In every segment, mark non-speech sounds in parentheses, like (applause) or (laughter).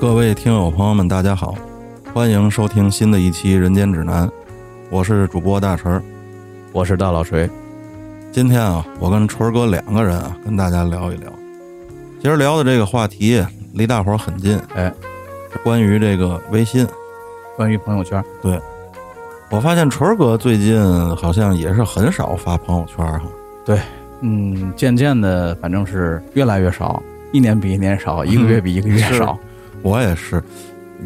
各位听友朋友们，大家好，欢迎收听新的一期《人间指南》，我是主播大陈儿。我是大老锤。今天啊，我跟春儿哥两个人啊，跟大家聊一聊。今儿聊的这个话题离大伙儿很近，哎，关于这个微信。关于朋友圈，我发现春儿哥最近好像也是很少发朋友圈儿哈。嗯，渐渐的，反正是越来越少，一年比一年少，一个月比一个月是少。我也是，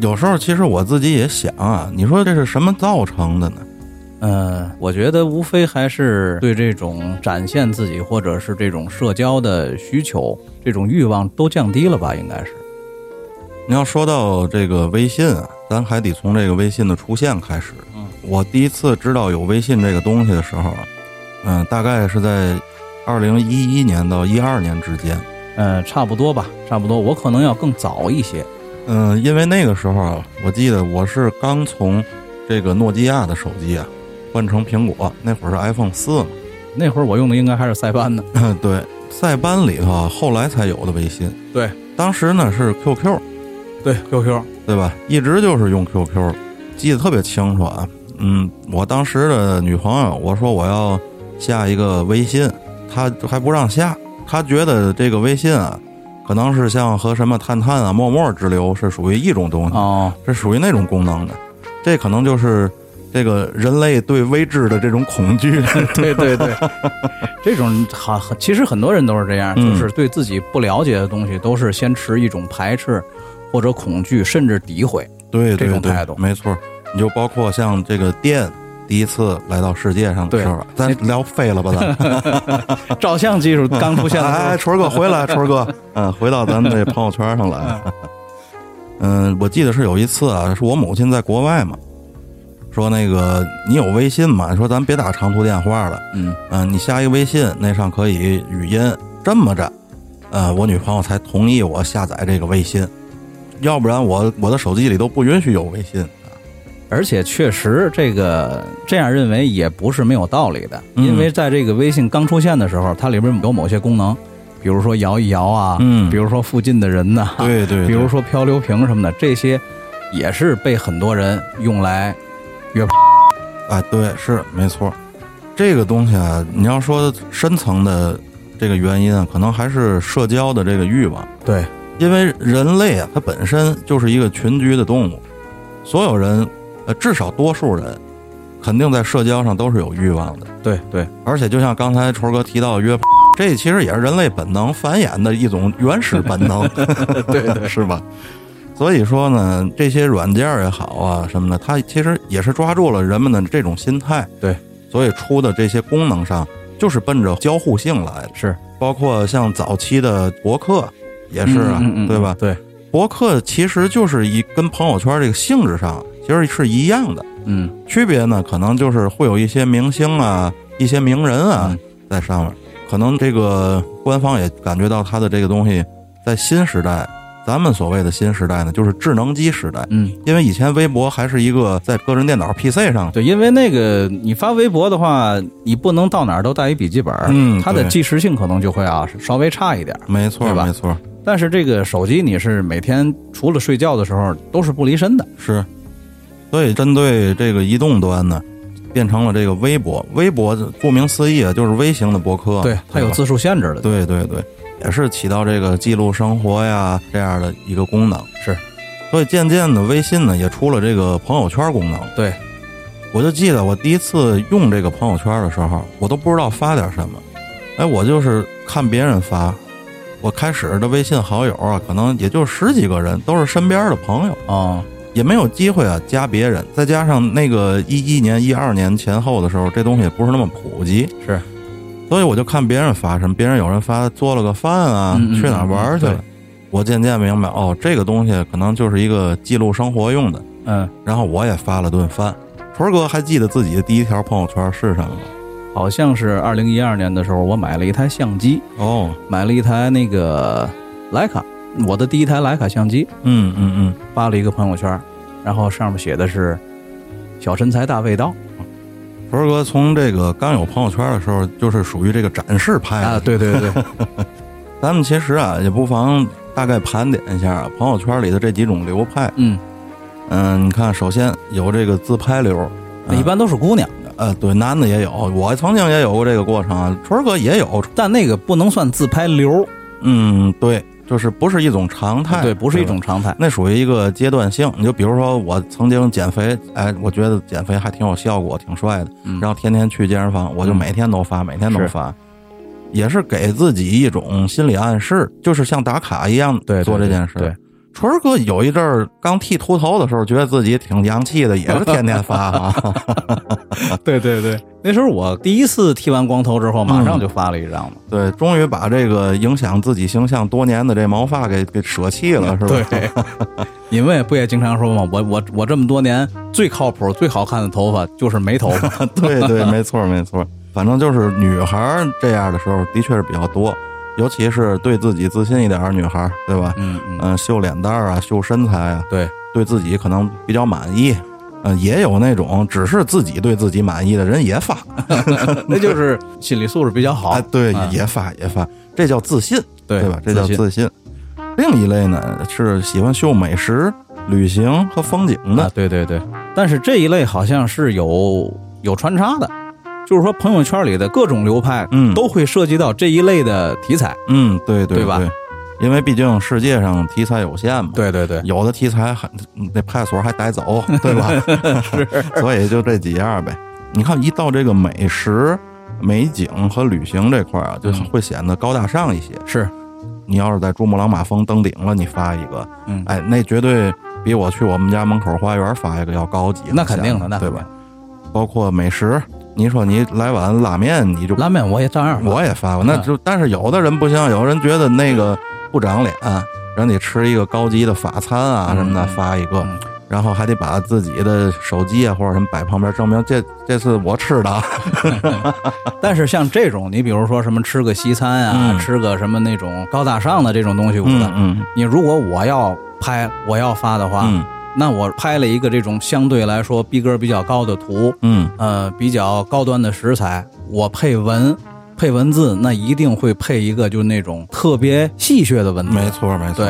有时候其实我自己也想啊，你说这是什么造成的呢？嗯，我觉得无非还是对这种展现自己或者是这种社交的需求、这种欲望都降低了吧，应该是。你要说到这个微信啊，咱还得从这个微信的出现开始。嗯，我第一次知道有微信这个东西的时候啊，嗯，大概是在二零一一年到一二年之间。嗯，差不多吧，差不多。我可能要更早一些。嗯，因为那个时候啊，我记得我是刚从这个诺基亚的手机啊换成苹果，那会儿是 iPhone 四嘛。那会儿我用的应该还是塞班呢。 (laughs) 对，塞班里头啊，后来才有的微信。对，当时呢是 QQ，对，QQ。对吧？一直就是用 QQ，记得特别清楚啊。嗯，我当时的女朋友，我说我要下一个微信，她还不让下，她觉得这个微信啊，可能是像和什么探探啊、陌陌之流是属于一种东西，哦，是属于那种功能的。这可能就是这个人类对未知的这种恐 (laughs) 惧。对对对，这种好，其实很多人都是这样，嗯就是对自己不了解的东西，都是先持一种排斥或者恐惧，甚至 (laughs) 诋毁。对这对种对态度，没错。你就包括像这个电第一次来到世界上的对时候，咱聊废了吧咱。照相技术刚出现的时候哎，春儿哥回 (laughs) 来，春儿哥，嗯，回到咱们这朋友圈上来。嗯，我记得是有一次啊，是我母亲在国外嘛，说那个你有微信嘛，说咱别打长途电话了，嗯，嗯，你下一个微信，那上可以语音，这么着，呃，我女朋友才同意我下载这个微信，要不然我我的手机里都不允许有微信。而且确实这个这样认为也不是没有道理的，嗯因为在这个微信刚出现的时候，它里边有某些功能，比如说摇一摇啊，嗯比如说附近的人呐、对对，对 (laughs) 比如说漂流瓶什么的，这些也是被很多人用来啊，对，是没错。这个东西啊，你要说深层的这个原因啊，可能还是社交的这个欲望，对因为人类啊，它本身就是一个群居的动物，所有人，呃，至少多数人，肯定在社交上都是有欲望的。对对，而且，就像刚才虫哥提到约炮，这其实也是人类本能繁衍的一种原始本能， (laughs) 对对是吧？所以说呢，这些软件儿也好啊什么的，它其实也是抓住了人们的这种心态，对，所以出的这些功能上就是奔着交互性来的，是包括像早期的博客也是啊，嗯嗯嗯对吧？对，博客其实就是一跟朋友圈这个性质上其实是一样的，嗯。区别呢，可能就是会有一些明星啊、一些名人啊嗯在上面，可能这个官方也感觉到它的这个东西在新时代，咱们所谓的新时代呢，就是智能机时代，嗯，因为以前微博还是一个在个人电脑 PC 上，对，因为那个你发微博的话，你不能到哪儿都带一笔记本儿，嗯它的对即时性可能就会啊稍微差一点儿。没错对吧没错，但是这个手机你是每天除了睡觉的时候都是不离身的，是，所以针对这个移动端呢，变成了这个微博，微博顾名思义啊，就是微型的博客，对，它有吧字数限制的。对对对，也是起到这个记录生活呀这样的一个功能。是，所以渐渐的，微信呢也出了这个朋友圈功能。对，我就记得我第一次用这个朋友圈的时候，我都不知道发点什么，哎，我就是看别人发。我开始的微信好友啊，可能也就十几个人，都是身边的朋友，哦，也没有机会啊加别人。再加上那个一一年、一二年前后的时候，这东西也不是那么普及，是，所以我就看别人发什么，别人有人发做了个饭啊，嗯嗯去哪儿玩儿去嗯了对。我渐渐明白，哦，这个东西可能就是一个记录生活用的。嗯，然后我也发了顿饭。屯儿哥还记得自己的第一条朋友圈是什么吗？好像是二零一二年的时候，我买了一台相机，哦，买了一台那个徕卡，我的第一台徕卡相机，嗯嗯嗯，发了一个朋友圈儿，然后上面写的是“小身材大味道屯儿哥从这个刚有朋友圈的时哎啊候，就是属于这个展示”派的啊，对对对，咱们其实啊，也不妨大概盘点一下啊朋友圈里的这几种流派。嗯，嗯，你看，首先有这个自拍流，那一般都是姑娘，呃，对，男的也有，我曾经也有过这个过程啊，春儿哥也有，但那个不能算自拍流，嗯，对，就是不是一种常态，对，不是一吧种常态。那属于一个阶段性。你就比如说，我曾经减肥，哎，我觉得减肥还挺有效果，挺帅的，嗯然后天天去健身房，我就嗯每天都发，每天都是发，也是给自己一种心理暗示，就是像打卡一样对对做这件事。对，春儿哥有一阵儿刚剃秃头的时候，觉得自己挺洋气的，也是天天发啊。对对对，那时候我第一次剃完光头之后，马上嗯就发了一张嘛。对，终于把这个影响自己形象多年的这毛发给给舍弃 (laughs) 了，是吧？对， (laughs) 你们也不也经常说吗？我我我这么多年最靠谱、最好看的头发就是没头 (laughs) 发。 (laughs) 对对，没错没错。反正就是女孩儿这样的时候，的确是比较多，尤其是对自己自信一点儿的女孩儿，对吧？嗯嗯，嗯、秀脸蛋儿啊，秀身材啊，对， (laughs) 对自己可能比较满意。嗯、也有那种只是自己对自己满意的人也发，那就是心理素质比较好哎，。对，哦嗯也发也发，这叫自信，对吧？这叫自信自信。另一类呢是喜欢秀美食、旅行和风景的，啊，对对对。但是这一类好像是有有穿插的，就是说朋友圈里的各种流派，嗯都会涉及到这一类的题材。嗯，对对对吧因为毕竟世界上题材有限嘛，对对对，有的题材还嗯那派出所还逮 (laughs) 走，对吧？是， (laughs) 所以就这几样呗。你看，一到这个美食、美景和旅行这块儿啊，就嗯会显得高大上一些。是，你要是在珠穆朗玛峰登顶了，你发一个，嗯，哎，那绝对比我去我们家门口花园发一个要高级。那肯定的，显那得对肯吧定？？包括美食，你说你来碗拉面，你就拉面我也照样发，我也发过，那嗯就但是有的人不行，有人觉得那个不长脸，让你吃一个高级的法餐啊嗯什么的发一个嗯，然后还得把自己的手机啊或者什么摆旁边，证明这这是我吃的啊。但是像这种，你比如说什么吃个西餐啊，嗯吃个什么那种高大上的这种东西，我 (laughs) 的、嗯你如果我要拍，我要发的话，嗯那我拍了一个这种相对来说逼格比较高的图，嗯，呃，比较高端的食材，我配文。配文字，那一定会配一个就那种特别戏谑的文字。没错没错，对，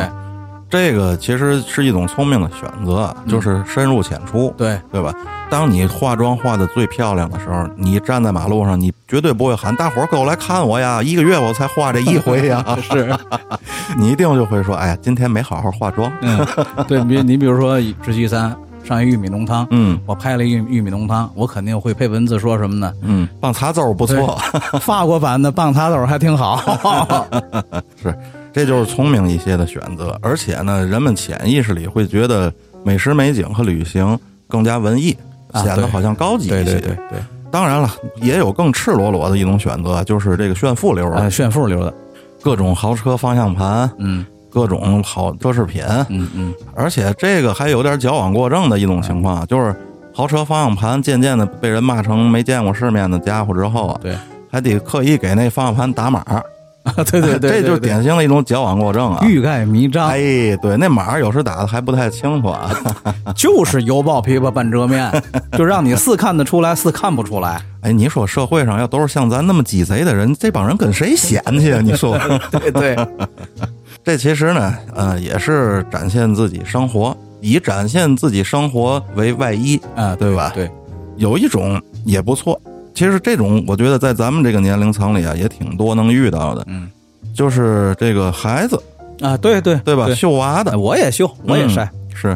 这个其实是一种聪明的选择，啊就是深入浅出，嗯对，对吧？当你化妆化的最漂亮的时候，你站在马路上，你绝对不会喊大伙儿给我来看我呀，一个月我才化这一回啊呀， (laughs) 是，你一定就会说，哎呀，今天没好好化妆。嗯，对，比你比如说吃西餐，上一玉米浓汤，嗯我拍了玉玉米浓汤，我肯定会配文字说什么呢？嗯，棒碴粥不错，法国版的棒碴豆还 (laughs) 挺好。是，这就是聪明一些的选择。而且呢，人们潜意识里会觉得美食、美景和旅行更加文艺，啊显得对好像高级一些。对对对对，当然了，也有更赤裸裸的一种选择，就是这个炫富流啊，了，炫富流的，各种豪车方向盘，嗯各种好奢侈品，嗯嗯， (laughs) 而且这个还有点矫枉过正的一种情哎况，就是豪车方向盘渐渐的被人骂成没见过世面的家伙之后啊，对，还得刻意给那方向盘打码，对对对，这就是对对典型的一种矫枉过正啊。欲盖弥彰，哎，对，那码儿有时打的还不太清楚 (laughs) 啊。就是油爆琵琶半遮面，就让你似看得出来，似看不 (laughs) 出来。哎，你说社会上要都是像咱那么鸡贼的人，这帮人跟谁显去啊？你说， (laughs) 对对，这其实呢，呃，也是展现自己生活，以展现自己生活为外衣，啊，对吧？对，有一种也不错。其实这种，我觉得在咱们这个年龄层里啊，也挺多能遇到的。嗯，就是这个孩子，啊，对对对吧？对秀嗯娃的哎，我也修，我也晒，是，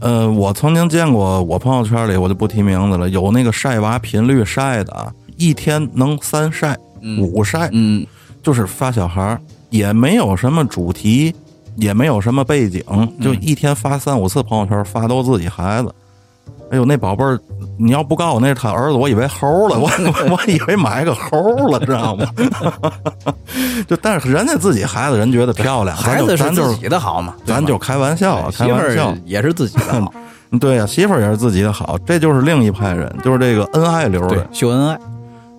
呃，我曾经见过，我朋友圈里我就不提名字了，有那个晒娃频率晒的啊，一天能三晒、嗯五晒，嗯，就是发小孩儿，也没有什么主题，也没有什么背景，嗯就一天发三五次朋友圈，发都自己孩子。哎呦，那宝贝儿，你要不告诉我那是他儿子，我以为猴儿 (laughs) 了，我我以为买个猴儿了，知道吗？ (laughs) 就但是人家自己孩子，人觉得漂亮，咱孩就子是咱就自己的好嘛，对咱吗就开玩笑，对开媳妇玩笑儿。也是自己 (laughs) 的好，对呀、媳妇儿也是自己的好，这就是另一派人，就是这个恩爱流对的，秀恩爱，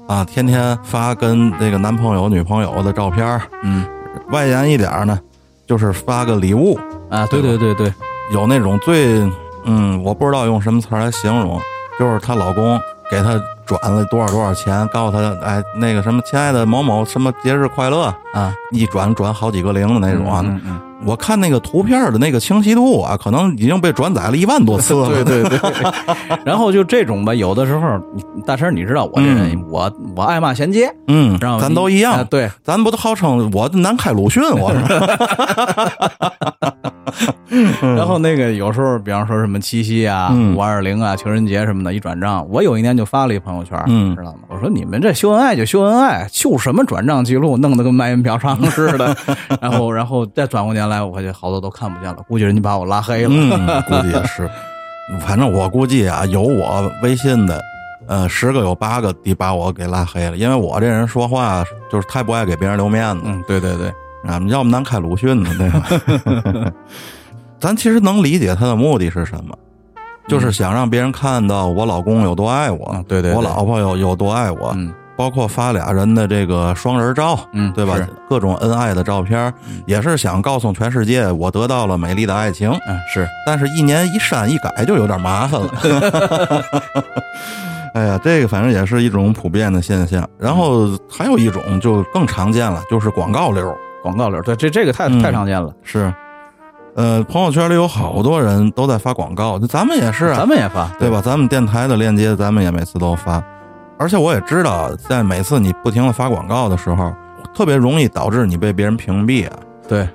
啊，天天发跟这个男朋友、女朋友的照片儿，嗯外延一点儿呢，就是发个礼物，啊，对对对 (laughs) 对，有那种最，嗯，我不知道用什么词儿来形容，就是她老公给他转了多少多少钱，告诉他，哎，那个什么，亲爱的某某，什么节日快乐，啊，一转转好几个零的那种啊。嗯嗯我看那个图片的那个清晰度啊，可能已经被转载了一万多次了。 (laughs) 对对对。 (laughs) 然后就这种吧，有的时候，你大陈，你知道我这人，我我爱骂衔接，嗯，知道吗？咱都一啊样，对，咱不都号称我南开鲁迅，我 (laughs) 是然后那个有时候，比方说什么七夕啊、嗯五二零啊、情人节什么的，一转账，我有一年就发了一朋友圈，嗯知道吗？我说你们这秀恩爱就秀恩爱，秀什么转账记录，弄得跟卖淫嫖娼 (laughs) 似的。然后，然后再转过年来，我发现好多都看不见了，估计人家把我拉黑了。 (laughs) 嗯，估计也是。反正我估计啊，有我微信的，呃，十个有八个得把我给拉黑了，因为我这人说话就是太不爱给别人留面子。嗯，对对对，啊，要不咱开鲁迅呢，对吧？ (laughs) 咱其实能理解他的目的是什么，就是想让别人看到我老公有多爱我，嗯对对对我老婆有有多爱我，嗯包括发俩人的这个双人照，嗯，对吧是？嗯各种恩爱的照片儿，也是想告诉全世界我得到了美丽的爱情，嗯，是，但是一年一删一改就有点麻烦了。哎呀，这个反正也是一种普遍的现象。然后还有一种就更常见了，就是广告流。广告流，对，这这个太嗯太常见了，是，呃，朋友圈里有好多人都在发广告，就咱们也是啊咱，们也发，对吧？咱们电台的链接，咱们也每次都发，而且我也知道，在每次你不停的发广告的时候，特别容易导致你被别人屏蔽啊。对，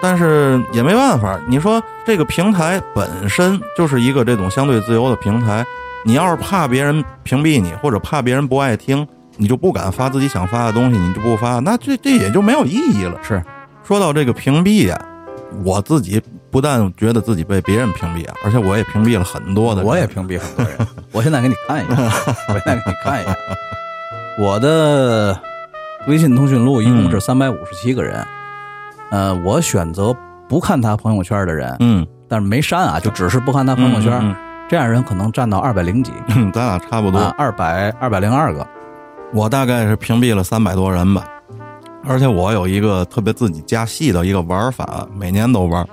但是也没办法，你说这个平台本身就是一个这种相对自由的平台，你要是怕别人屏蔽你，或者怕别人不爱听，你就不敢发自己想发的东西，你就不发，那这这也就没有意义了。是，说到这个屏蔽呀、我自己不但觉得自己被别人屏蔽啊，而且我也屏蔽了很多的人。我也屏蔽很多人。 (laughs) 我现在给你看 (laughs) 一眼，我现在给你看一眼，我的微信通讯录一共是三百五十七个人，呃，我选择不看他朋友圈的人，嗯，但是没删啊，就只是不看他朋友圈，嗯这样人可能占到二百零几嗯嗯咱俩差不多。啊，二百二百零二个，我大概是屏蔽了三百多人吧，而且我有一个特别自己加戏的一个玩法，每年都玩。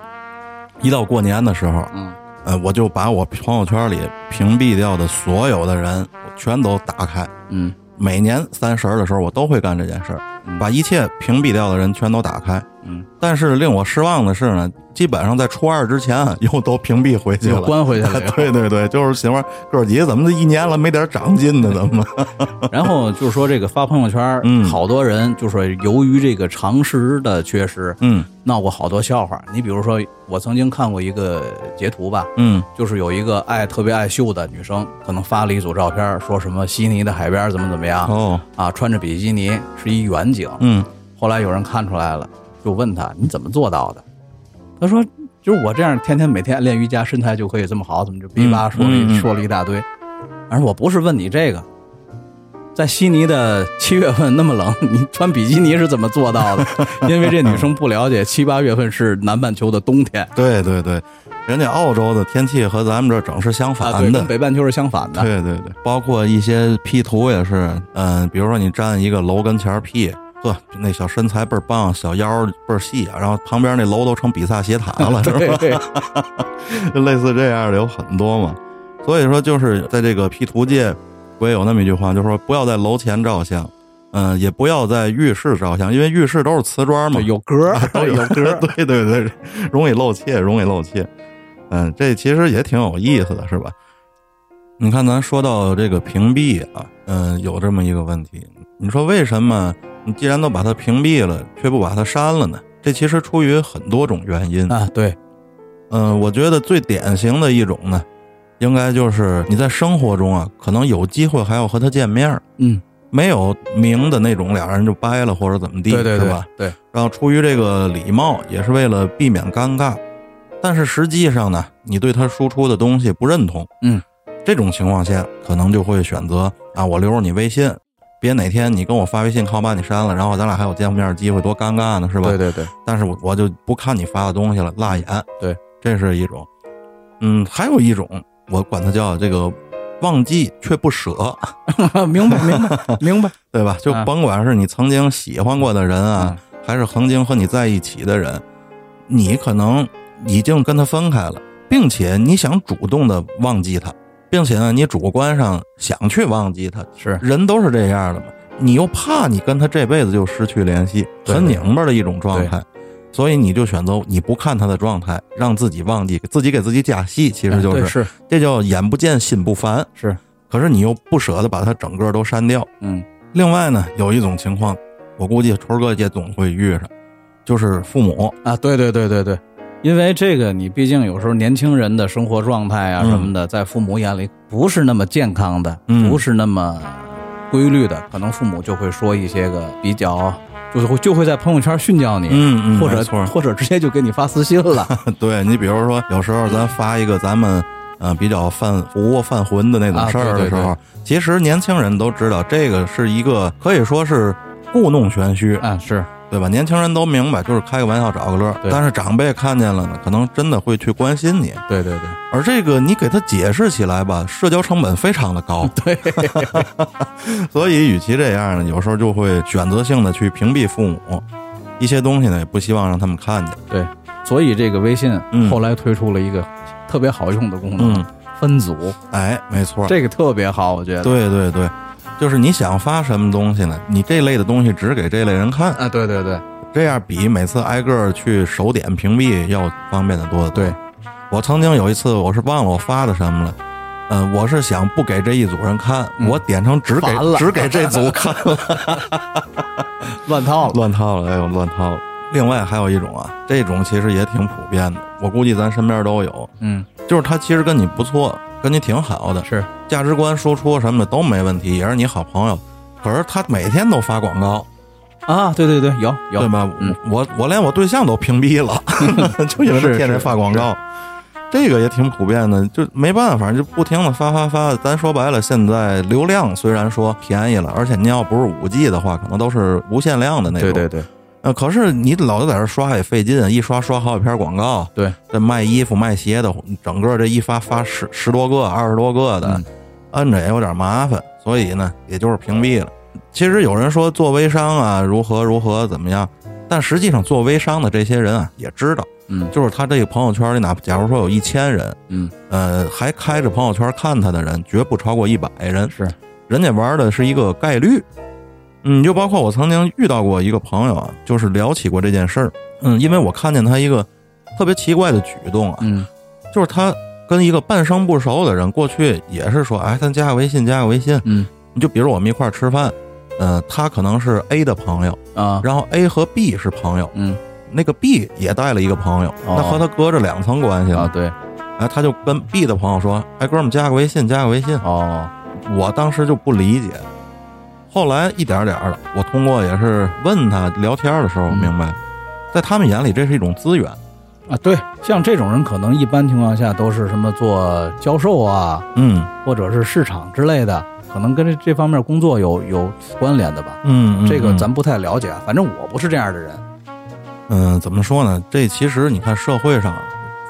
一到过年的时候，嗯，呃，我就把我朋友圈里屏蔽掉的所有的人全都打开。嗯每年三十儿的时候，我都会干这件事儿，把一切屏蔽掉的人全都打开。嗯，但是令我失望的是呢，基本上在初二之前啊 (laughs) 又都屏蔽回去又了。关回去 (laughs) 了。对对对，就是媳妇儿哥几个怎么这一年了没点长进呢？怎么？然后就是说这个发朋友圈，嗯好多人就说由于这个常识的缺失，嗯闹过好多笑话。你比如说，我曾经看过一个截图吧，嗯就是有一个爱特别爱秀的女生，可能发了一组照片，说什么悉尼的海边怎么怎么样哦啊，穿着比基尼是一远景。嗯后来有人看出来了，就问她你怎么做到的？她说就是我这样天天每天练瑜伽，身材就可以这么好，怎么就逼吧嗯说了一嗯嗯说了一大堆。而我不是问你这个。在悉尼的七月份那么冷，你穿比基尼是怎么做 (laughs) 到的？因为这女生不了解，七八月份是南半球的冬天，对对对，人家澳洲的天气和咱们这儿整是相啊，反对，的。跟北半球是相反的。对对对，包括一些 P 图也是，嗯、比如说你站一个楼跟前儿 P，呵，那小身材倍儿棒，小腰儿倍儿细啊，然后旁边那楼都成比萨斜塔了，是吧？对对，就 (laughs) 类似这样的有很多嘛。所以说，就是在这个 P 图界，我也有那么一句话，就是说不要在楼前照相，嗯、也不要在浴室照相，因为浴室都是瓷砖嘛，有歌儿，啊 (laughs) 都有歌儿。对对对，容易露怯，容易露怯。嗯，这其实也挺有意思的，是吧？你看，咱说到这个屏蔽啊，嗯，有这么一个问题，你说为什么你既然都把它屏蔽了，却不把它删了呢？这其实出于很多种原因。啊，对，嗯，我觉得最典型的一种呢，应该就是你在生活中啊，可能有机会还要和他见面儿，嗯，没有明的那种，俩人就掰了或者怎么地，对对是对吧？，对，然后出于这个礼貌，也是为了避免尴尬。但是实际上呢，你对他输出的东西不认同，嗯，这种情况下可能就会选择啊，我留着你微信，别哪天你跟我发微信，靠把你删了，然后咱俩还有见面机会，多尴尬呢，是吧？对对对， (laughs) 但是我我就不看你发的东西了，辣眼。对，这是一种。嗯，还有一种，我管它叫这个忘记却不舍，明白明 (laughs) 白明白，对吧？就啊嗯甭管是你曾经喜欢过的人啊，还是曾经和你在一起的人，你可能已经跟他分开了，并且你想主动的忘记他，并且呢，你主观上想去忘记他，是人都是这样的嘛，你又怕你跟他这辈子就失去联系，对很拧巴的一种状态，所以你就选择你不看他的状态，让自己忘记，自己给自己加戏，其实就哎啊对是、是这叫眼不见心不烦，是，可是你又不舍得把它整个都删掉。嗯另外呢，有一种情况，我估计春哥也总会遇上，就是父母，啊，对对对对对，因为这个你毕竟有时候年轻人的生活状态啊嗯什么的，在父母眼里不是那么健康的，嗯不是那么规律的，可能父母就会说一些个比较，就是会就会在朋友圈训教你。嗯嗯，或没者错或者直接就给你发私信了， (laughs) 对你，比如说，有时候咱发一个咱们呃比较犯胡窝犯浑的那种事啊儿对对的时候，其实年轻人都知道，这个是一个可以说是故弄玄虚，啊，是对吧？年轻人都明白，就是开个玩笑找个乐儿。对但是长辈看见了呢，可能真的会去关心你，对对而这个你给他解释起来吧，社交成本非常的高， (laughs) 对对，所以与其这样呢，有时候就会选择性的去屏蔽父母，一些东西呢也不希望让他们看见。对，所以这个微信嗯后来推出了一个特别好用的功能，嗯，分组，哎，没错，这个特别好，我觉得。对对对，就是你想发什么东西呢？你这类的东西只给这类人看，啊，对对对这样比每次挨个儿去手点屏蔽要方便的多得多。对，我曾经有一次，我是忘了我发的什么了。嗯，我是想不给这一组人看，我点成只给嗯烦了只给这组看了，乱套了。乱套了，哎呦，乱套了。另外还有一种啊，这种其实也挺普遍的，我估计咱身边都有，嗯，就是他其实跟你不错，跟你挺好的，是价值观输出什么的都没问题，也是你好朋友。可是他每天都发广告，啊，对对对，有对有，吧？嗯我我连我对象都屏蔽 (laughs) 了，就因为他是天天发广告。这个也挺普遍的，就没办法，就不停的发发发。咱说白了，现在流量虽然说便宜了，而且你要不是五 G 的话，可能都是无限量的那种。对对对呃，可是你老在这刷也费劲，啊一刷刷好几篇广告，对，这卖衣服卖鞋的，整个这一发发十十多个、二十多个的，嗯摁着也有点麻烦，所以呢，也就是屏蔽了。其实有人说做微商啊，如何如何怎么样，但实际上做微商的这些人啊，也知道，嗯就是他这个朋友圈里哪，假如说有一千人，嗯，呃，还开着朋友圈看他的人，绝不超过一百人。是，人家玩的是一个概率。嗯，就包括我曾经遇到过一个朋友啊，就是聊起过这件事儿。嗯，因为我看见他一个特别奇怪的举动啊，嗯就是他跟一个半生不熟的人，过去也是说，哎，咱加个微信，加个微信。嗯你就比如我们一块儿吃饭，呃，他可能是 A 的朋友，啊，然后 A 和 B 是朋友，嗯那个 B 也带了一个朋友，哦那和他隔着两层关系啊，了。对哎，他就跟 B 的朋友说，哎，哥们儿加个微信，加个微信。哦，我当时就不理解，后来一点点儿的，我通过也是问他聊天的时候，我嗯明白，在他们眼里这是一种资源，啊，对，像这种人可能一般情况下都是什么做销售啊，嗯或者是市场之类的，可能跟这这方面工作有有关联的吧。嗯这个咱不太了解，啊反正我不是这样的人。嗯、怎么说呢？这其实你看社会上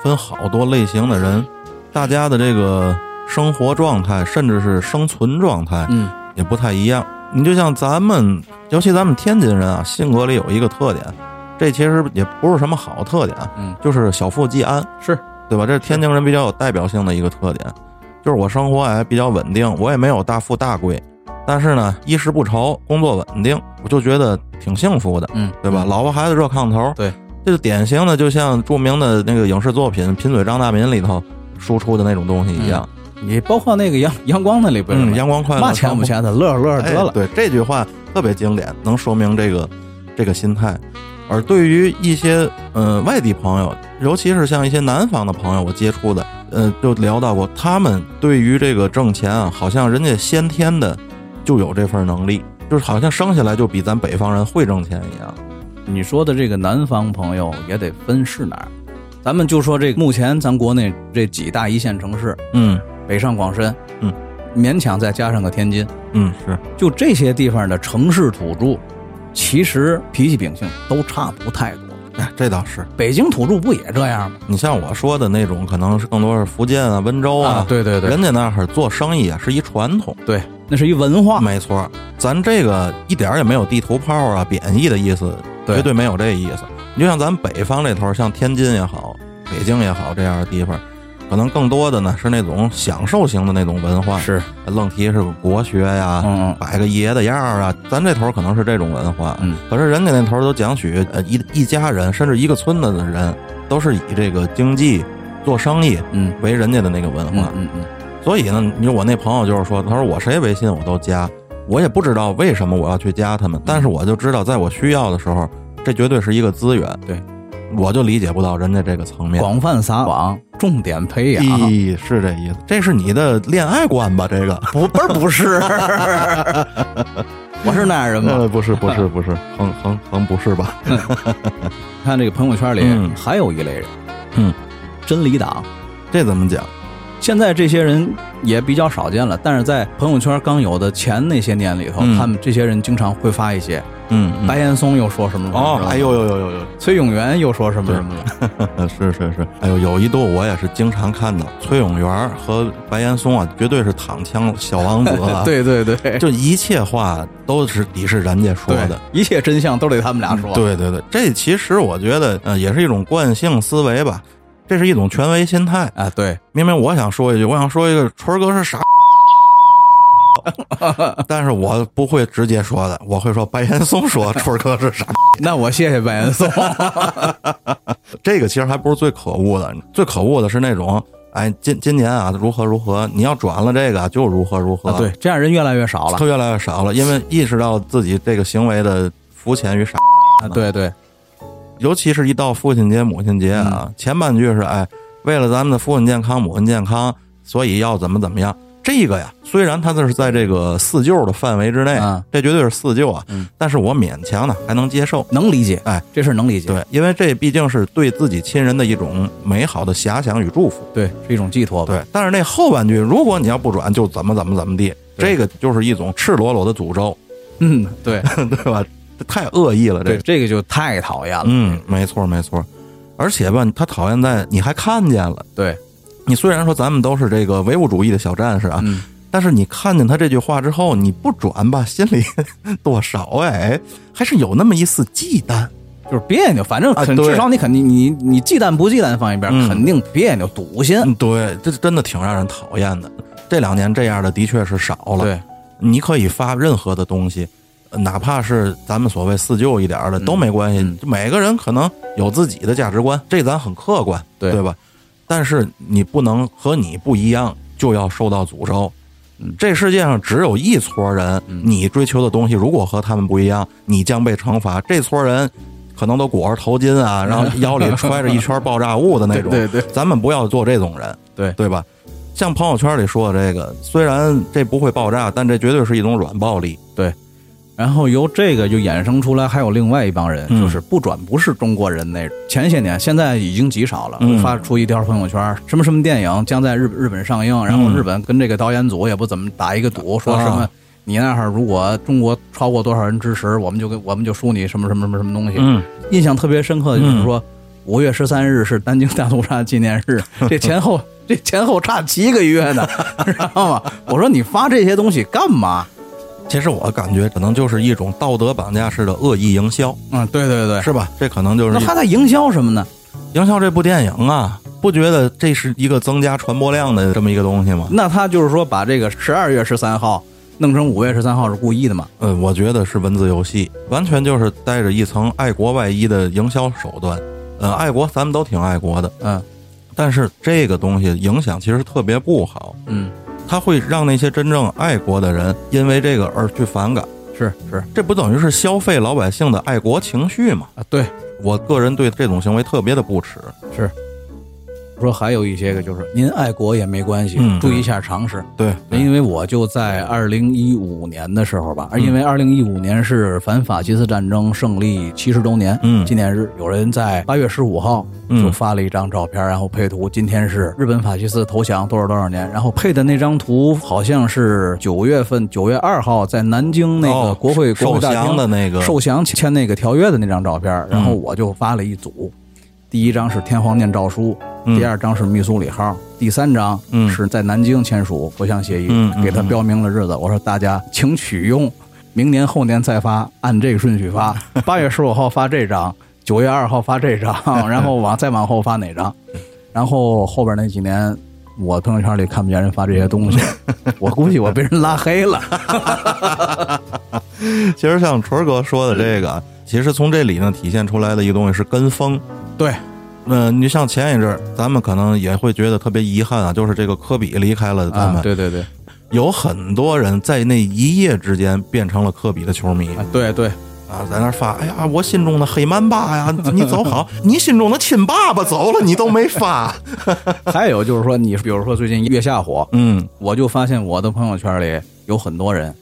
分好多类型的人，大家的这个生活状态，甚至是生存状态嗯也不太一样。你就像咱们，尤其咱们天津人啊，性格里有一个特点，这其实也不是什么好特点，嗯，就是小富即安。是对吧？这是天津人比较有代表性的一个特点，就是我生活哎比较稳定，我也没有大富大贵，但是呢衣食不愁，工作稳定，我就觉得挺幸福的，嗯，对吧？老婆孩子热炕头，对，这就典型的就像著名的那个影视作品《贫嘴张大民》里头输出的那种东西一样，你包括那个阳阳光那里边，嗯，阳光快乐，嘛钱不钱的，乐呵乐呵哎得了。对，这句话特别经典，能说明这个这个心态。而对于一些呃外地朋友，尤其是像一些南方的朋友，我接触的，呃，就聊到过，他们对于这个挣钱啊，好像人家先天的就有这份能力，就是好像生下来就比咱北方人会挣钱一样。你说的这个南方朋友也得分是哪儿，咱们就说这目前咱国内这几大一线城市，嗯北上广深，嗯，勉强再加上个天津，嗯，是就这些地方的城市土著，其实脾气秉性都差不太多。哎，这倒是。北京土著不也这样吗？你像我说的那种，可能是更多是福建啊、温州啊，对对对人家那儿做生意啊是一传统。对，那是一文化。没错，咱这个一点儿也没有地图炮啊、贬义的意思，对绝对没有这意思。你就像咱北方这头儿，像天津也好，北京也好，这样的地方，可能更多的呢是那种享受型的那种文化，是，愣提是个国学呀，嗯，摆个爷的样儿啊，咱这头儿可能是这种文化，嗯，可是人家那头儿都讲起，呃，一一家人甚至一个村子的人，都是以这个经济做生意嗯，为人家的那个文化，嗯嗯所以呢，你说我那朋友就是说，他说我谁微信我都加，我也不知道为什么我要去加他们，但是我就知道，在我需要的时候，这绝对是一个资源。对，我就理解不到人家这个层嗯，面。广泛撒网，重点培养，咦，是这意思？这是你的恋爱观吧？ (laughs) 这个不，不是不是，我是那样人吗？ (laughs) 呃，不是，不是， (laughs) 不是，横横横不是吧？看这个朋友圈里嗯还有一类人，嗯，真理党。这怎么讲？现在这些人也比较少见了，但是在朋友圈刚有的前那些年里头，嗯他们这些人经常会发一些，嗯，嗯白岩松又说什么什么哦什，么哎呦呦呦呦呦，崔永元又说什么什么了，呃 (laughs) 是是是，哎呦，有一度我也是经常看到崔永元和白岩松啊，绝对是躺枪小王子 (laughs) 啊，对对对，就一切话都是得是人家说对的。一切真相都得他们俩说，对对对，这其实我觉得，呃，也是一种惯性思维吧，这是一种权威心态。啊，对，明明我想说一句，我想说一个春儿哥是傻， (laughs) 但是我不会直接说的，我会说白岩松说春儿哥是傻。那我谢谢白岩松， (laughs) 啊这个其实还不是最可恶的，最可恶的是那种，哎，今今年啊如何如何，你要转了这个就如何如何，啊，对，，这样人越来越少了，特越来越少了，因为意识到自己这个行为的肤浅与傻。啊，对对，尤其是一到父亲节、母亲节啊，嗯前半句是哎，为了咱们的父亲健康、母亲健康，所以要怎么怎么样。这个呀，虽然它这是在这个四旧的范围之内，啊这绝对是四旧啊，嗯但是我勉强呢还能接受。能理解，哎，这事儿能理解，对，因为这毕竟是对自己亲人的一种美好的遐想与祝福。对，是一种寄托吧，对，但是那后半句，如果你要不转，就怎么怎么怎么地，这个就是一种赤裸裸的诅咒， (laughs) 嗯，对对吧？这太恶意了，这对，个。这个就太讨厌了，嗯，没错没错。而且吧，他讨厌在你还看见了。对，你虽然说咱们都是这个唯物主义的小战士啊，嗯但是你看见他这句话之后，你不转吧，心里 (laughs) 多少哎，还是有那么一丝忌惮。就是别扭，反正啊肯对至少你肯定你你忌惮不忌惮放一边嗯，肯定别扭堵心，嗯，对，这真的挺让人讨厌的。这两年这样的的确是少了。，对，你可以发任何的东西，呃哪怕是咱们所谓四旧一点儿的嗯都没关系。就每个人可能有自己的价值观，这咱很客观，对吧？但是你不能和你不一样就要受到诅咒。这世界上只有一撮人，嗯你追求的东西如果和他们不一样，你将被惩罚。这撮人可能都裹着头巾啊，然后腰里揣着一圈爆炸物的那种。 (laughs) 对对对咱们不要做这种人，对对吧？像朋友圈里说的这个，虽然这不会爆炸，但这绝对是一种软暴力。然后由这个就衍生出来，还有另外一帮人，嗯就是不转不是中国人那种。前些年，现在已经极少了，嗯会发出一条朋友圈，什么什么电影将在日日本上映，然后嗯日本跟这个导演组也不怎么打一个赌，说什么啊你那儿如果中国超过多少人支持，我们就给我们就输你什么什么什么什么东西。嗯，印象特别深刻的就是说，五月十三日是南京大屠杀纪念 (laughs) 日，这前后这前后差七个月呢， (laughs) 知道吗？我说你发这些东西干嘛？其实我感觉可能就是一种道德绑架式的恶意营销，嗯，对对对。是吧？这可能就是那一他在营销什么呢？营销这部电影啊，不觉得这是一个增加传播量的这么一个东西吗？那他就是说把这个十二月十三号弄成五月十三号是故意的嘛？呃，我觉得是文字游戏，完全就是带着一层爱国外衣的营销手段。呃，爱国咱们都挺爱国的，嗯但是这个东西影响其实特别不好，嗯，它会让那些真正爱国的人因为这个而去反感，是是这不等于是消费老百姓的爱国情绪吗？啊，对。我个人对这种行为特别的不耻。说还有一些个就是您爱国也没关系，嗯注意一下常识。对，对 (laughs) 因为我就在嗯二零一五年的时候吧，因为二零一五年是反法西斯战争胜利七十周年嗯纪念日，有人在八月十五号嗯就发了一张照片，然后配图，今天是日本法西斯投降多少多少年，然后配的那张图好像是九月份九月二号在南京那个哦国会、国受会大降厅的那个，嗯受降签那个条约的那张照片，然后我就发了一组，第一张是天皇念诏书，嗯第二张是密苏里号，第三张嗯是在南京签署国项协议，嗯嗯给他标明了日子。我说大家请取用，明年后年再发，按这个顺序 (laughs) 发， (laughs) 八月十五号发这张，九月二号发这张，然后往再往后发哪张？然后后边那几年，我朋友圈里看不见人发这些 (laughs) 东西，我估计我被人拉黑了。其实像纯儿哥说的这个，其实从这里呢体现出来的一个东西是跟风。对，嗯、你像前一阵儿，咱们可能也会觉得特别遗憾啊，就是这个科比离开了咱们，啊，对对对，有很多人在那一夜之间变成了科比的球迷啊，对对，啊，在那儿发，哎呀，我心中的黑曼巴呀，你走好，你心中的亲爸爸走了，你都没发，还有就是说，你比如说最近月下火， (laughs) 嗯，我就发现我的朋友圈里有很多人，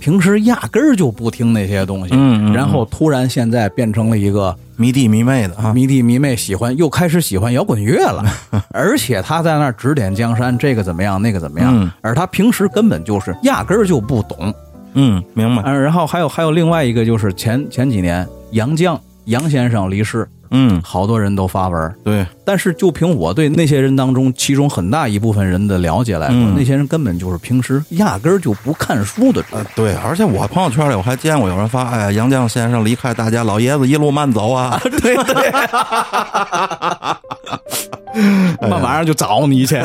平时压根儿就不听那些东西，嗯嗯嗯然后突然现在变成了一个迷弟迷妹的啊，迷弟迷妹，喜欢又开始喜欢摇滚乐 (laughs) 了，而且他在那儿指点江山，这个怎么样，那个怎么样，嗯而他平时根本就是压根儿就不懂。嗯，明白，嗯，然后还有还有另外一个就是前前几年杨绛杨先生离世，嗯，好多人都发文儿，对，但是就凭我对那些人当中，其中很大一部分人的了解来说，嗯那些人根本就是平时压根儿就不看书的人。呃，对，而且我朋友圈里我还见过有人发，哎呀，杨绛先生离开大家，老爷子一路慢走啊， (laughs) (laughs) 对 (laughs) 对，那晚上就找你去，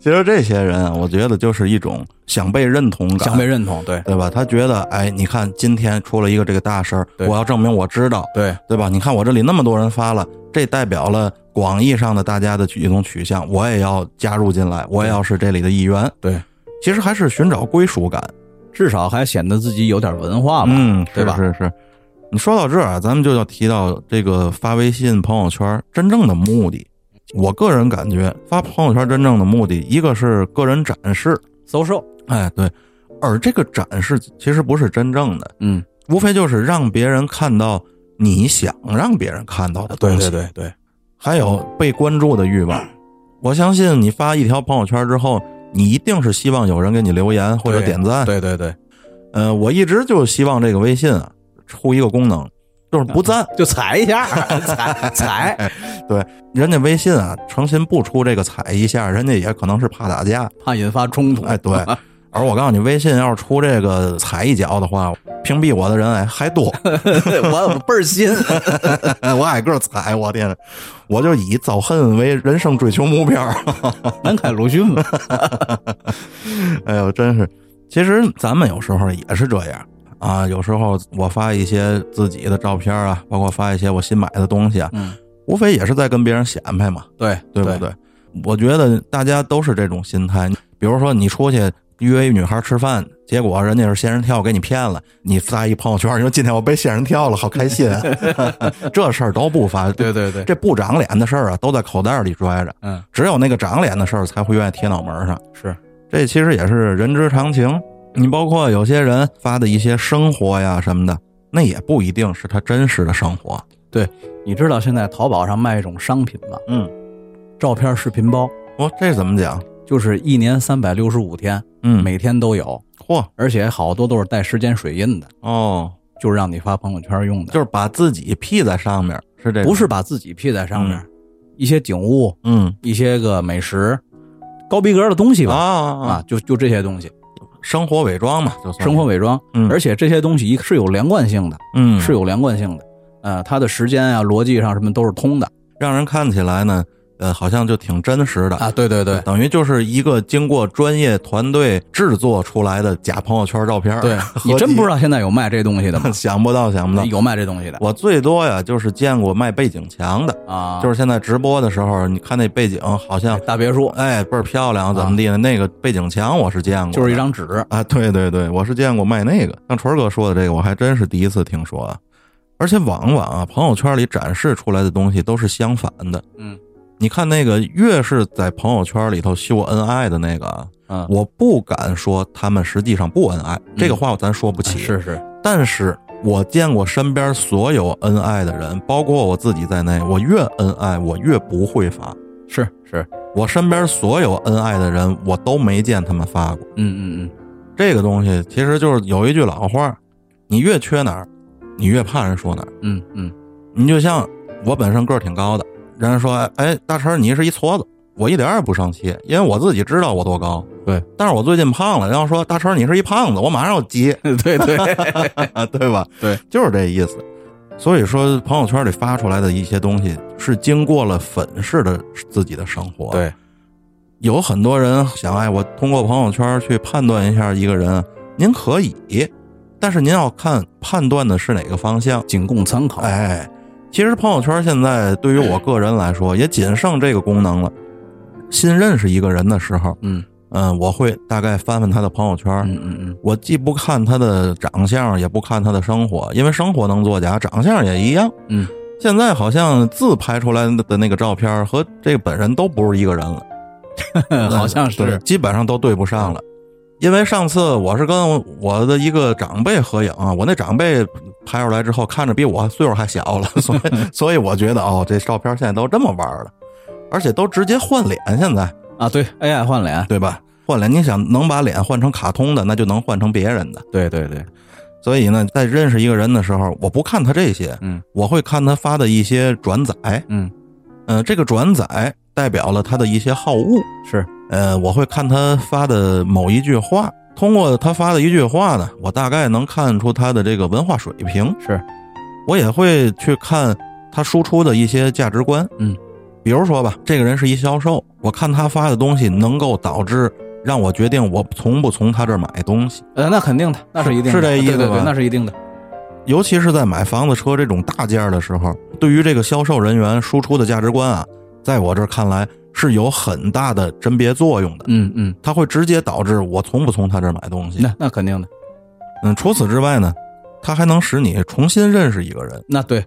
其实这些人啊，我觉得就是一种想被认同感，想被认同，对对吧？他觉得，哎，你看今天出了一个这个大事儿，对我要证明我知道，对对吧？你看我这里那么多人发了，这代表了广义上的大家的一种取向，我也要加入进来，我也要是这里的一员。对，其实还是寻找归属感，至少还显得自己有点文化吧。嗯，对吧是是是。你说到这儿啊，咱们就要提到这个发微信朋友圈真正的目的。我个人感觉，发朋友圈真正的目的，一个是个人展示， social，哎，对，而这个展示其实不是真正的，嗯，无非就是让别人看到你想让别人看到的东对西，对对对，还有被关注的欲望。我相信你发一条朋友圈之后，你一定是希望有人给你留言或者对点赞。对对对，呃，我一直就希望这个微信啊出一个功能，就是不赞。就踩一下， (laughs) 踩踩，人家微信啊，诚心不出这个踩一下，人家也可能是怕打架。怕引发冲突。哎，对。而我告诉你，微信要是出这个踩一脚的话，屏蔽我的人哎还多。 (laughs) (laughs) 我倍儿 (laughs) 新，我挨个踩，我天！我就以遭恨为人生追求目标。南凯鲁迅嘛，哎呦，真是！其实咱们有时候也是这样啊，有时候我发一些自己的照片啊，包括发一些我新买的东西啊，嗯，无非也是在跟别人显摆嘛，对对不对？我觉得大家都是这种心态。比如说，你出去约一女孩吃饭，结果人家是仙人跳给你骗了，你发一朋友圈，你说今天我被仙人跳了，好开心、 (laughs) 啊，这事儿都不发，对对对，这不长脸的事儿啊，都在口袋里拽着，嗯，只有那个长脸的事儿才会愿意贴脑门儿上。是，这其实也是人之常情。你包括有些人发的一些生活呀什么的，那也不一定是他真实的生活。你知道现在淘宝上卖一种商品吗？嗯，照片视频包，哦，这怎么讲？就是一年三百六十五天，嗯，每天都有，嚯而且好多都是带时间水印的，哦，就是让你发朋友圈用的，就是把自己 P 在上面，是这个？不，是把自己 P 在上面，一些景物，嗯一些个美食，高逼格的东西啊吧，啊啊，，就就这些东西，生活伪装嘛，就算是生活，伪装，嗯而且这些东西一是有连贯性的，嗯，是有连贯性的，呃，它的时间啊、逻辑上什么都是通的让人看起来呢，呃，好像就挺真实的。啊，对对对等于就是一个经过专业团队制作出来的假朋友圈照片。 (laughs) 对合，你真集？不知道现在有卖这东西的吗 (laughs) 想不到，想不到。有卖这东西的我最多呀，就是见过卖背景墙的，啊，就是现在直播的时候，你看那背景好像，大别墅，哎，倍儿漂亮，怎么地的？那个背景墙我是见过，就是一张纸，啊，对对对，我是见过卖那个。像纯儿哥说的这个，我还真是第一次听说啊。而且往往啊，朋友圈里展示出来的东西都是相反的。嗯你看那个，越是在朋友圈里头秀恩爱的那个啊，嗯，我不敢说他们实际上不恩爱，这个话咱说不起。啊是是，但是我见过身边所有恩爱的人，包括我自己在内，我越恩爱，我越不会发。是是，我身边所有恩爱的人，我都没见他们发过。嗯嗯这个东西其实就是有一句老话，你越缺哪儿，你越怕人说哪儿。嗯嗯嗯，你就像我本身个儿挺高的，人家说，哎，大成你是一矬子，我一点儿也不生气，因为我自己知道我多高。对，但是我最近胖了，然后说大成你是一胖子，我马上要急。嗯 (laughs) 对对， (laughs) 啊，对吧？对，就是这意思。所以说，朋友圈里发出来的一些东西是经过了粉饰的自己的生活。，对，有很多人想，哎，我通过朋友圈去判断一下一个人，您可以，但是您要看判断的是哪个方向。仅供参考。哎，其实朋友圈现在对于我个人来说，也仅剩这个功能了。新认识一个人的时候，嗯嗯，我会大概翻翻他的朋友圈，嗯嗯嗯，我既不看他的长相，也不看他的生活，因为生活能作假，长相也一样。嗯，现在好像自拍出来的那个照片和这个本人都不是一个人了，嗯嗯 (laughs) 好像对是，基本上都对不上了。因为上次我是跟我的一个长辈合影啊，我那长辈拍出来之后，看着比我岁数还小了， (laughs) 所以所以我觉得哦，这照片现在都这么玩了，而且都直接换脸，现在啊，对，AI 换脸，对吧？换脸，你想能把脸换成卡通的，那就能换成别人的。对对对，所以呢，在认识一个人的时候，我不看他这些，嗯我会看他发的一些转载，嗯，嗯、这个转载代表了他的一些好恶，是，呃，我会看他发的某一句话，通过他发的一句话呢，我大概能看出他的这个文化水平，是，我也会去看他输出的一些价值观，嗯，比如说吧，这个人是一销售，我看他发的东西能够导致让我决定我从不从他这儿买东西。呃，那肯定的，那是一定的，是这意思对对对吧那是一定的，尤其是在买房子、车这种大件儿的时候，对于这个销售人员输出的价值观啊，在我这儿看来是有很大的甄别作用的，嗯嗯，它会直接导致我从不从他这儿买东西。那那肯定的，嗯，除此之外呢，它还能使你重新认识一个人，那对，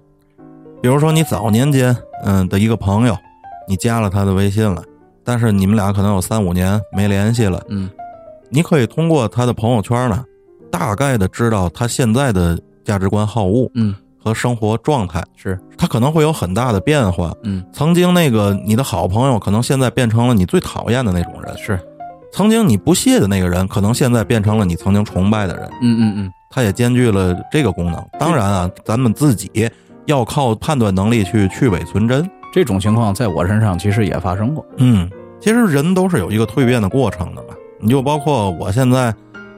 比如说你早年间嗯的一个朋友，你加了他的微信了，但是你们俩可能有三五年没联系了，嗯你可以通过他的朋友圈呢，大概的知道他现在的价值观、好恶嗯和生活状态。是，它可能会有很大的变化。嗯曾经那个你的好朋友，可能现在变成了你最讨厌的那种人；是，曾经你不屑的那个人，可能现在变成了你曾经崇拜的人。嗯嗯嗯，它也兼具了这个功能。当然啊，咱们自己要靠判断能力去去伪存真。这种情况在我身上其实也发生过，嗯，其实人都是有一个蜕变的过程的嘛。你就包括我现在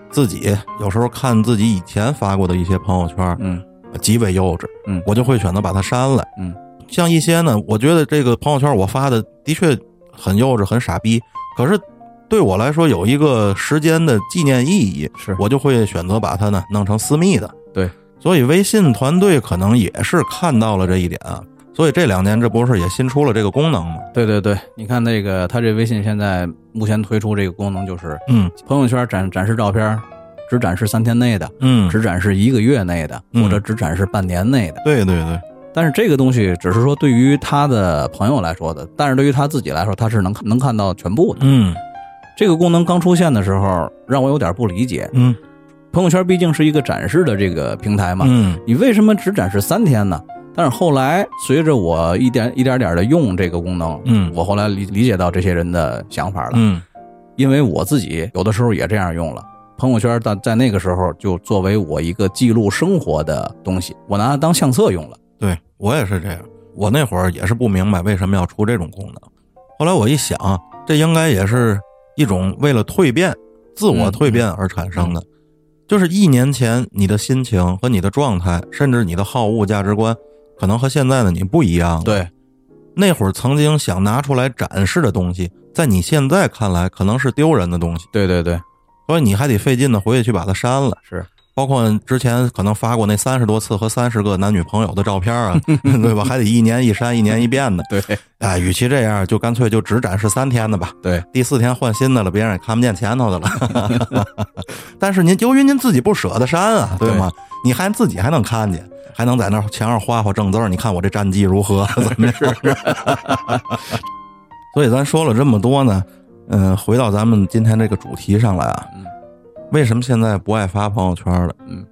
自己，有时候看自己以前发过的一些朋友圈，嗯极为幼稚，嗯我就会选择把它删了，嗯。像一些呢，我觉得这个朋友圈我发的的确很幼稚、很傻逼，可是对我来说有一个时间的纪念意义，是我就会选择把它呢弄成私密的。对，所以微信团队可能也是看到了这一点啊，所以这两年这不是也新出了这个功能吗？对对对，你看那个，他这微信现在目前推出这个功能，就是嗯朋友圈展展示照片，只展示三天内的，嗯，只展示一个月内的，嗯或者只展示半年内的。对对对，但是这个东西只是说对于他的朋友来说的，但是对于他自己来说，他是能能看到全部的。嗯这个功能刚出现的时候，让我有点不理解。嗯朋友圈毕竟是一个展示的这个平台嘛，嗯你为什么只展示三天呢？但是后来随着我一点一点点的用这个功能，嗯我后来理理解到这些人的想法了。嗯因为我自己有的时候也这样用了。朋友圈在在那个时候就作为我一个记录生活的东西，我拿它当相册用了。对我也是这样，我那会儿也是不明白为什么要出这种功能。后来我一想，这应该也是一种为了蜕变、自我蜕变而产生的，就是一年前你的心情和你的状态，甚至你的好恶价值观，可能和现在的你不一样。，对，那会儿曾经想拿出来展示的东西，在你现在看来可能是丢人的东西，对对对，所以你还得费劲的回去去把它删了。是，包括之前可能发过那三十多次和三十个男女朋友的照片啊，对吧？还得一年一删，一年一变的。对哎，与其这样，就干脆就只展示三天的吧。对，第四天换新的了，别人也看不见前头的了。 (laughs) 但是您由于您自己不舍得删啊，对吗？你还自己还能看见，还能在那儿墙上画画正字儿，你看我这战绩如何？ (laughs) 怎么是？ (laughs) 所以咱说了这么多呢，嗯，回到咱们今天这个主题上来啊，嗯为什么现在不爱发朋友圈了？嗯，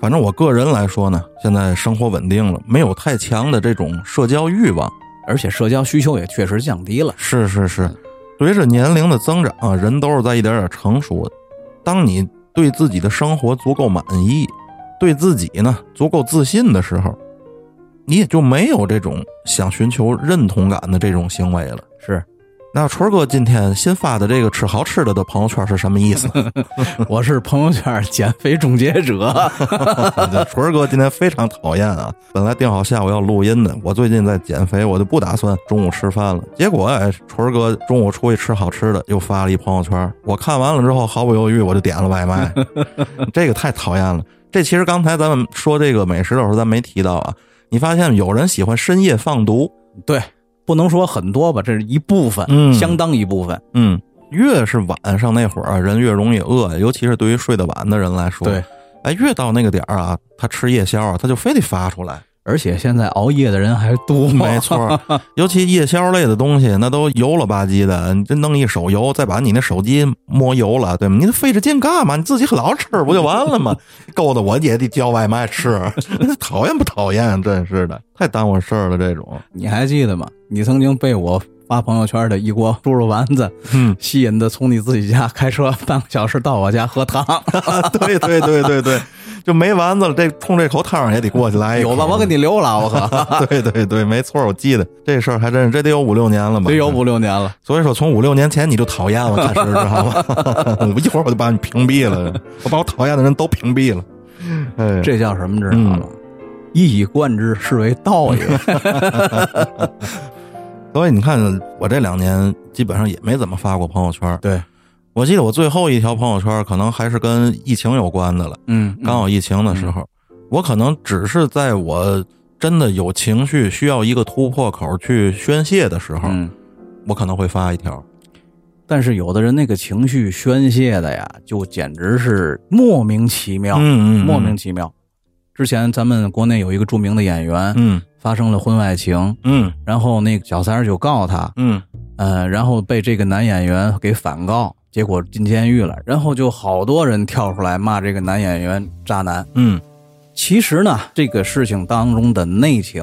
反正我个人来说呢，现在生活稳定了，没有太强的这种社交欲望。而且社交需求也确实降低了。 (laughs) 嗯是是是，随着年龄的增长啊，人都是在一点点成熟的。当你对自己的生活足够满意，对自己呢足够自信的时候，你也就没有这种想寻求认同感的这种行为了。是，那春儿哥今天新发的这个吃好吃的的朋友圈是什么意思？我是朋友圈减肥终结者， (laughs) 春儿哥今天非常讨厌啊！本来定好下午要录音的，我最近在减肥，我就不打算中午吃饭了。结果哎，春儿哥中午出去吃好吃的，又发了一朋友圈。我看完了之后，毫不犹豫我就点了外卖，这个太讨厌了。这其实刚才咱们说这个美食的时候，咱没提到啊。你发现有人喜欢深夜放毒， (laughs) 对，不能说很多吧，这是一部分，嗯相当一部分，嗯，越是晚上那会儿，人越容易饿，尤其是对于睡得晚的人来说，对，。哎，越到那个点儿啊，他吃夜宵啊，他就非得发出来。而且现在熬夜的人还多，没错儿， (laughs) 尤其夜宵类的东西，那都油了吧唧的，你这弄一手油，再把你那手机摸油了，对吗？你费这劲干嘛？你自己老吃不就完了吗？够的我也得叫外卖吃， (laughs) 讨厌不讨厌？啊真是的，太耽误事儿了这种。 (laughs) 你还记得吗？你曾经被我发朋友圈的一锅猪肉丸子嗯，吸引的，从你自己家开车半个小时到我家喝汤， (laughs) 对对对对对，就没丸子了，这冲这口汤也得过去来一口。有吧？我给你留了，我 (laughs) 靠，对对对，没错儿，我记得这事儿还真是，这得有五六年了吧？ (laughs) 得有五六年 (laughs) 了。所以说，从五六年前你就讨 (laughs) 厌我，开始知道吗？ (laughs) 我一会儿我就把你屏蔽了，我把我讨厌的人都屏蔽了。哎，这叫什么知道吗？嗯一以贯之，是为道也。所以你看，我这两年基本上也没怎么发过朋友圈。对，我记得我最后一条朋友圈可能还是跟疫情有关的了。 (laughs) 嗯，刚好疫情的时候，我可能只是在我真的有情绪需要一个突破口去宣泄的时候，嗯，我可能会发一条。但是有的人那个情绪宣泄的呀，就简直是莫名其妙，嗯嗯，嗯莫名其妙。之前咱们国内有一个著名的演员、嗯发生了婚外情，嗯然后那个小三儿就告他，嗯，呃，然后被这个男演员给反告，结果进监狱了。然后就好多人跳出来骂这个男演员渣男。嗯其实呢，这个事情当中的内情、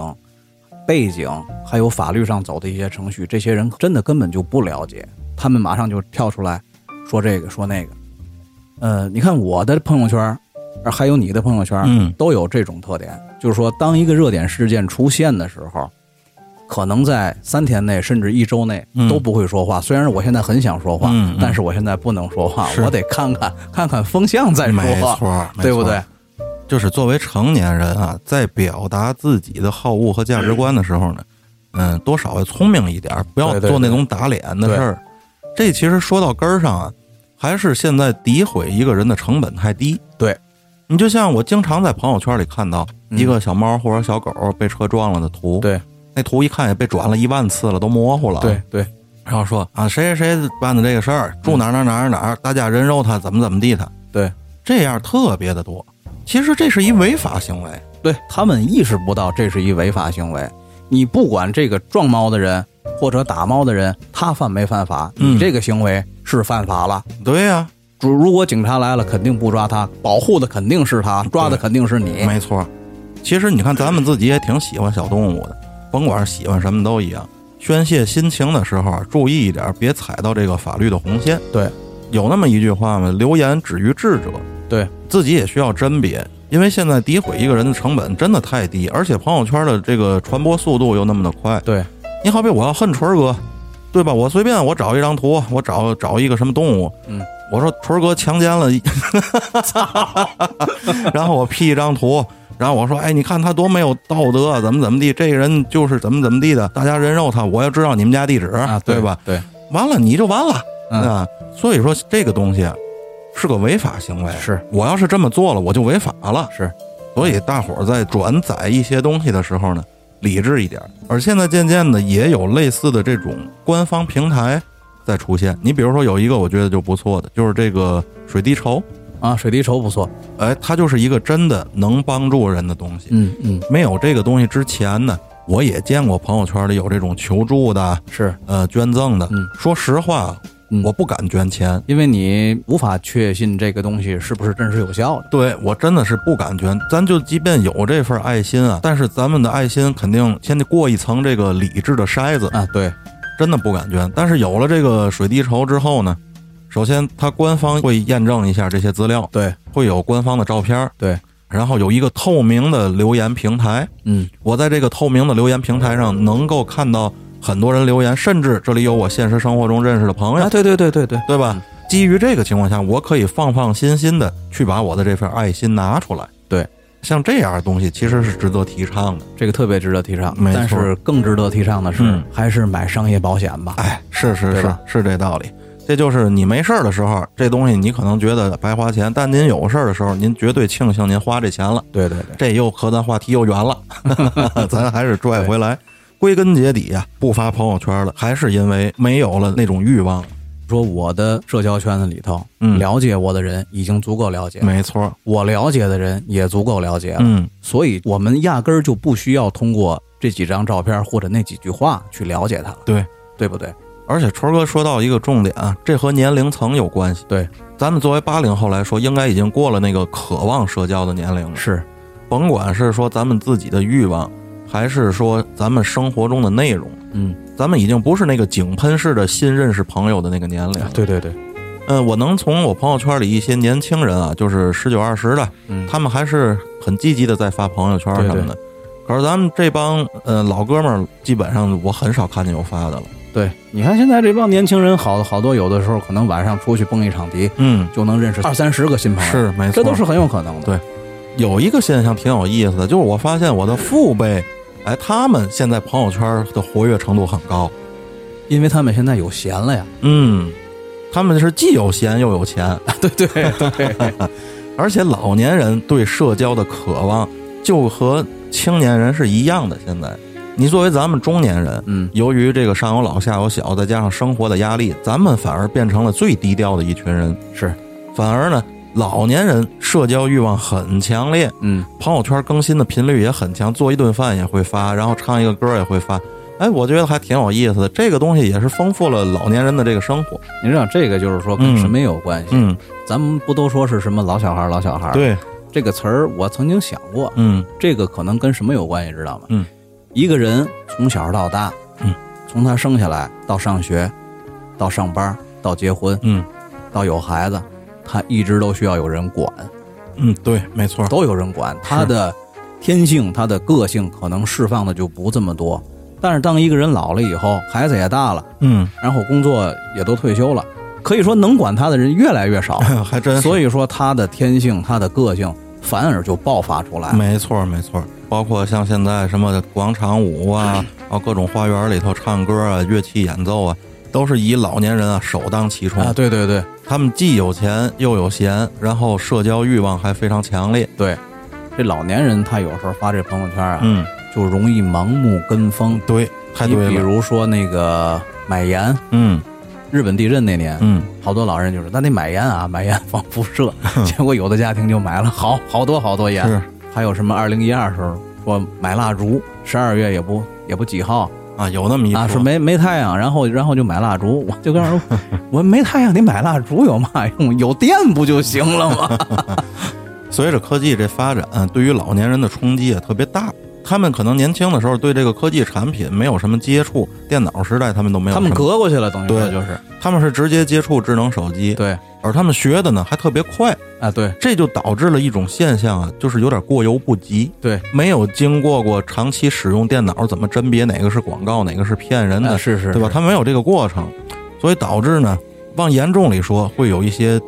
背景，还有法律上走的一些程序，这些人真的根本就不了解，他们马上就跳出来说这个说那个。呃，你看我的朋友圈儿，而还有你的朋友圈儿，嗯都有这种特点，就是说，当一个热点事件出现的时候，可能在三天内甚至一周内嗯都不会说话。虽然我现在很想说话，嗯嗯但是我现在不能说话，是我得看看看看风向再说没话，错儿，没对不错儿对？？就是作为成年人啊，在表达自己的好恶和价值观的时候呢，嗯，多少要聪明一点儿，不要对对做那对种打脸的事儿。这其实说到根儿上啊，还是现在诋毁一个人的成本太低。对，你就像我经常在朋友圈里看到一个小猫或者小狗被车撞了的图，嗯对那图一看也被转了一万次了，都模糊了。啊对，对，然后说啊，谁谁谁办的这个事儿，住哪儿哪儿哪儿哪儿，大家人肉他，怎么怎么地他，对这样特别的多。其实这是一违法行为。对，他们意识不到这是一违法行为。你不管这个撞猫的人或者打猫的人，他犯没犯法，嗯你这个行为是犯法了。对呀、如如果警察来了，肯定不抓他，保护的肯定是他，抓的肯定是你。没错。其实你看，咱们自己也挺喜欢小动物的，甭管是喜欢什么都一样。宣泄心情的时候啊，注意一点，别踩到这个法律的红线。对，有那么一句话嘛，留言止于智者。对，自己也需要甄别，因为现在诋毁一个人的成本真的太低，而且朋友圈的这个传播速度又那么的快。对，你好比我要恨春儿哥，对吧？我随便我找一张图，我找找一个什么动物，嗯，我说春儿哥强奸了一， (laughs) 然后我 P 一张图，然后我说，哎，你看他多没有道德啊，怎么怎么地，这个人就是怎么怎么地的，大家人肉他，我要知道你们家地址，啊，对对吧？？对，完了你就完了、嗯啊！所以说这个东西啊是个违法行为，是我要是这么做了，我就违法了。是，所以大伙儿在转载一些东西的时候呢，理智一点儿。而现在渐渐的，也有类似的这种官方平台在出现。你比如说有一个我觉得就不错的，就是这个水滴筹，啊，水滴筹不错，哎，它就是一个真的能帮助人的东西。嗯嗯，没有这个东西之前呢，我也见过朋友圈里有这种求助的，是呃，捐赠的。嗯说实话，嗯我不敢捐钱，因为你无法确信这个东西是不是真实有效的。对我真的是不敢捐，咱就即便有这份爱心啊，但是咱们的爱心肯定先得过一层这个理智的筛子，啊，对，真的不敢捐。但是有了这个水滴筹之后呢，首先它官方会验证一下这些资料，对，会有官方的照片儿，对，然后有一个透明的留言平台，嗯，我在这个透明的留言平台上能够看到很多人留言，甚至这里有我现实生活中认识的朋友，啊，对对对对对，对吧？基于这个情况下，我可以放放心心的去把我的这份爱心拿出来。对，像这样的东西其实是值得提倡的。这个特别值得提倡没。错但是更值得提倡的是，嗯还是买商业保险吧。哎，是是对是吧是这道理。这就是你没事儿的时候，这东西你可能觉得白花钱，但您有事儿的时候，您绝对庆幸您花这钱了。对对对，这又和咱话题又远 (laughs) 了，咱还是拽回来。归根结底呀、不发朋友圈了，还是因为没有了那种欲望。说我的社交圈子里头，嗯了解我的人已经足够了解，没错儿，我了解的人也足够了解了，嗯，所以我们压根儿就不需要通过这几张照片或者那几句话去了解他了，对。对不对？而且春儿哥说到一个重点啊，这和年龄层有关系。对，咱们作为八零后来说，应该已经过了那个渴望社交的年龄了。是甭管是说咱们自己的欲望，还是说咱们生活中的内容，嗯，咱们已经不是那个井喷式的新认识朋友的那个年龄了。啊对对对，嗯，我能从我朋友圈里一些年轻人啊，就是十九二十的，嗯他们还是很积极的在发朋友圈什么的。对可是咱们这帮呃老哥们儿，基本上我很少看见有发的了。对，你看现在这帮年轻人好，好多有的时候可能晚上出去蹦一场迪，嗯，就能认识二三十个新朋友，是没错，这都是很有可能的。对有一个现象挺有意思的，就是我发现我的父辈，哎，他们现在朋友圈的活跃程度很高。因为他们现在有闲了呀。嗯，他们是既有闲又有钱，啊对对对，而且老年人对社交的渴望就和青年人是一样的。现在，你作为咱们中年人，嗯，由于这个上有老下有小，再加上生活的压力，咱们反而变成了最低调的一群人。是，反而呢，老年人社交欲望很强烈，嗯，朋友圈更新的频率也很强，做一顿饭也会发，然后唱一个歌也会发。哎，我觉得还挺有意思的，这个东西也是丰富了老年人的这个生活。你知道这个就是说跟什么也有关系。嗯，咱们不都说是什么老小孩儿老小孩儿？对，这个词儿，我曾经想过，啊嗯这个可能跟什么有关系，知道吗？嗯，一个人从小到大，嗯，从他生下来到上学，到上班，到结婚，嗯到有孩子，他一直都需要有人管，嗯，对，没错。都有人管。他的天性，他的个性可能释放的就不这么多。但是当一个人老了以后，孩子也大了，嗯，然后工作也都退休了，可以说能管他的人越来越少，还 (laughs) 真是。所以说他的天性、他的个性反而就爆发出来了。没错，没错。包括像现在什么广场舞 (laughs) 啊，然后各种花园里头唱歌啊，乐器演奏啊，都是以老年人啊首当其冲。啊，对对对他们既有钱又有闲，然后社交欲望还非常强烈。对，这老年人他有时候发这朋友圈啊，嗯，就容易盲目跟风。对，太你对比了。如说那个买盐，嗯日本地震那年，嗯，好多老人就是那得买盐啊， (laughs) 买盐防辐 (laughs) 射。结果有的家庭就买了好好多好多盐，是还有什么二零一二时候说买蜡烛，十二月也不也不几号啊，有那么一啊，说说没没太阳，然后然后就买蜡烛。我就跟人说， (laughs) 我没太阳，你买蜡烛有嘛用？有电不就行了 (laughs) 吗？随着科技这发展，嗯对于老年人的冲击也特别大。他们可能年轻的时候对这个科技产品没有什么接触，电脑时代他们都没有他什们么。隔过去了，等于说对就是他们是直接接触智能手机，对而他们学的呢还特别快，啊，对这就导致了一种现象啊，就是有点过犹不及，对，没有经过过长期使用电脑，怎么甄别哪个是广告，哪个是骗人的，啊是是，对吧？是？他没有这个过程，所以导致呢，往严重里说，会有一些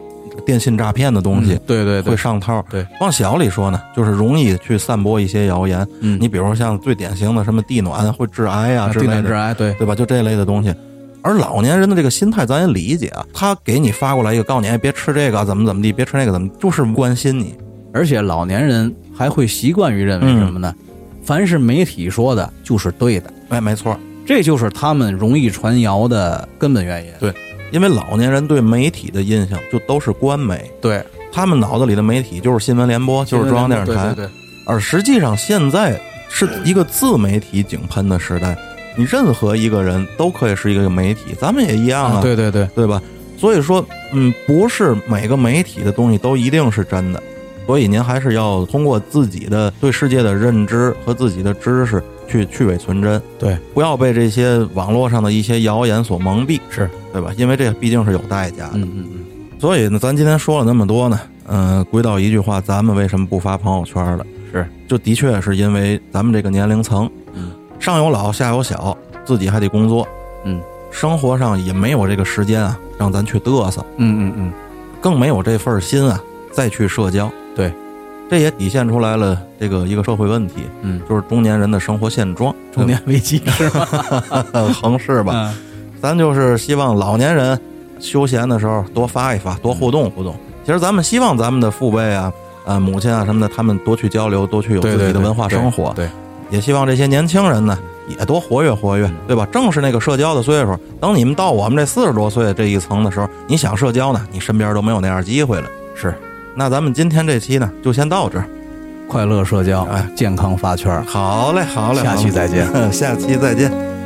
电信诈骗的东西。嗯对对会对，上套，对。往小里说呢，就是容易去散播一些谣言。嗯你比如像最典型的什么地暖会致癌啊啊之地类暖的，致癌，对对吧？就这类的东西。而老年人的这个心态，咱也理解啊。他给你发过来一个，告诉你，哎，别吃这个，怎么怎么地，别吃那个，怎么，就是关心你。而且老年人还会习惯于认为什么呢？嗯凡是媒体说的就是对的，哎，没错，这就是他们容易传谣的根本原因。对因为老年人对媒体的印象就都是官媒，对，他们脑子里的媒体就是新闻联播，就是中央电视台。对对对，而实际上，现在是一个自媒体井喷的时代，你任何一个人都可以是一个媒体，咱们也一样啊，对对对，对吧？所以说，嗯，不是每个媒体的东西都一定是真的，所以您还是要通过自己的对世界的认知和自己的知识去去伪存真，对，不要被这些网络上的一些谣言所蒙蔽，是对吧？因为这毕竟是有代价的。嗯嗯嗯，所以呢，咱今天说了那么多呢，嗯、归到一句话，咱们为什么不发朋友圈了？是，就的确是因为咱们这个年龄层，嗯上有老下有小，自己还得工作，嗯，生活上也没有这个时间啊，让咱去嘚瑟，嗯嗯嗯，更没有这份儿心啊，再去社交。对，这也体现出来了这个一个社会问题，嗯，就是中年人的生活现状，中年危机是吧？呃 (laughs) 横是吧？嗯咱就是希望老年人休闲的时候多发一发，嗯多互动互动。其实咱们希望咱们的父辈啊、呃母亲啊什么的，他们多去交流，多去有自己的文化生活。对，对也希望这些年轻人呢，也多活跃活嗯跃，对吧？正是那个社交的岁数。等你们到我们这四十多岁这一层的时候，你想社交呢，你身边都没有那样机会了。是那咱们今天这期呢，就先到这儿。快乐社交，哎健康发圈儿。好嘞，好嘞，下好期嘞再 (laughs) 见，下期再见。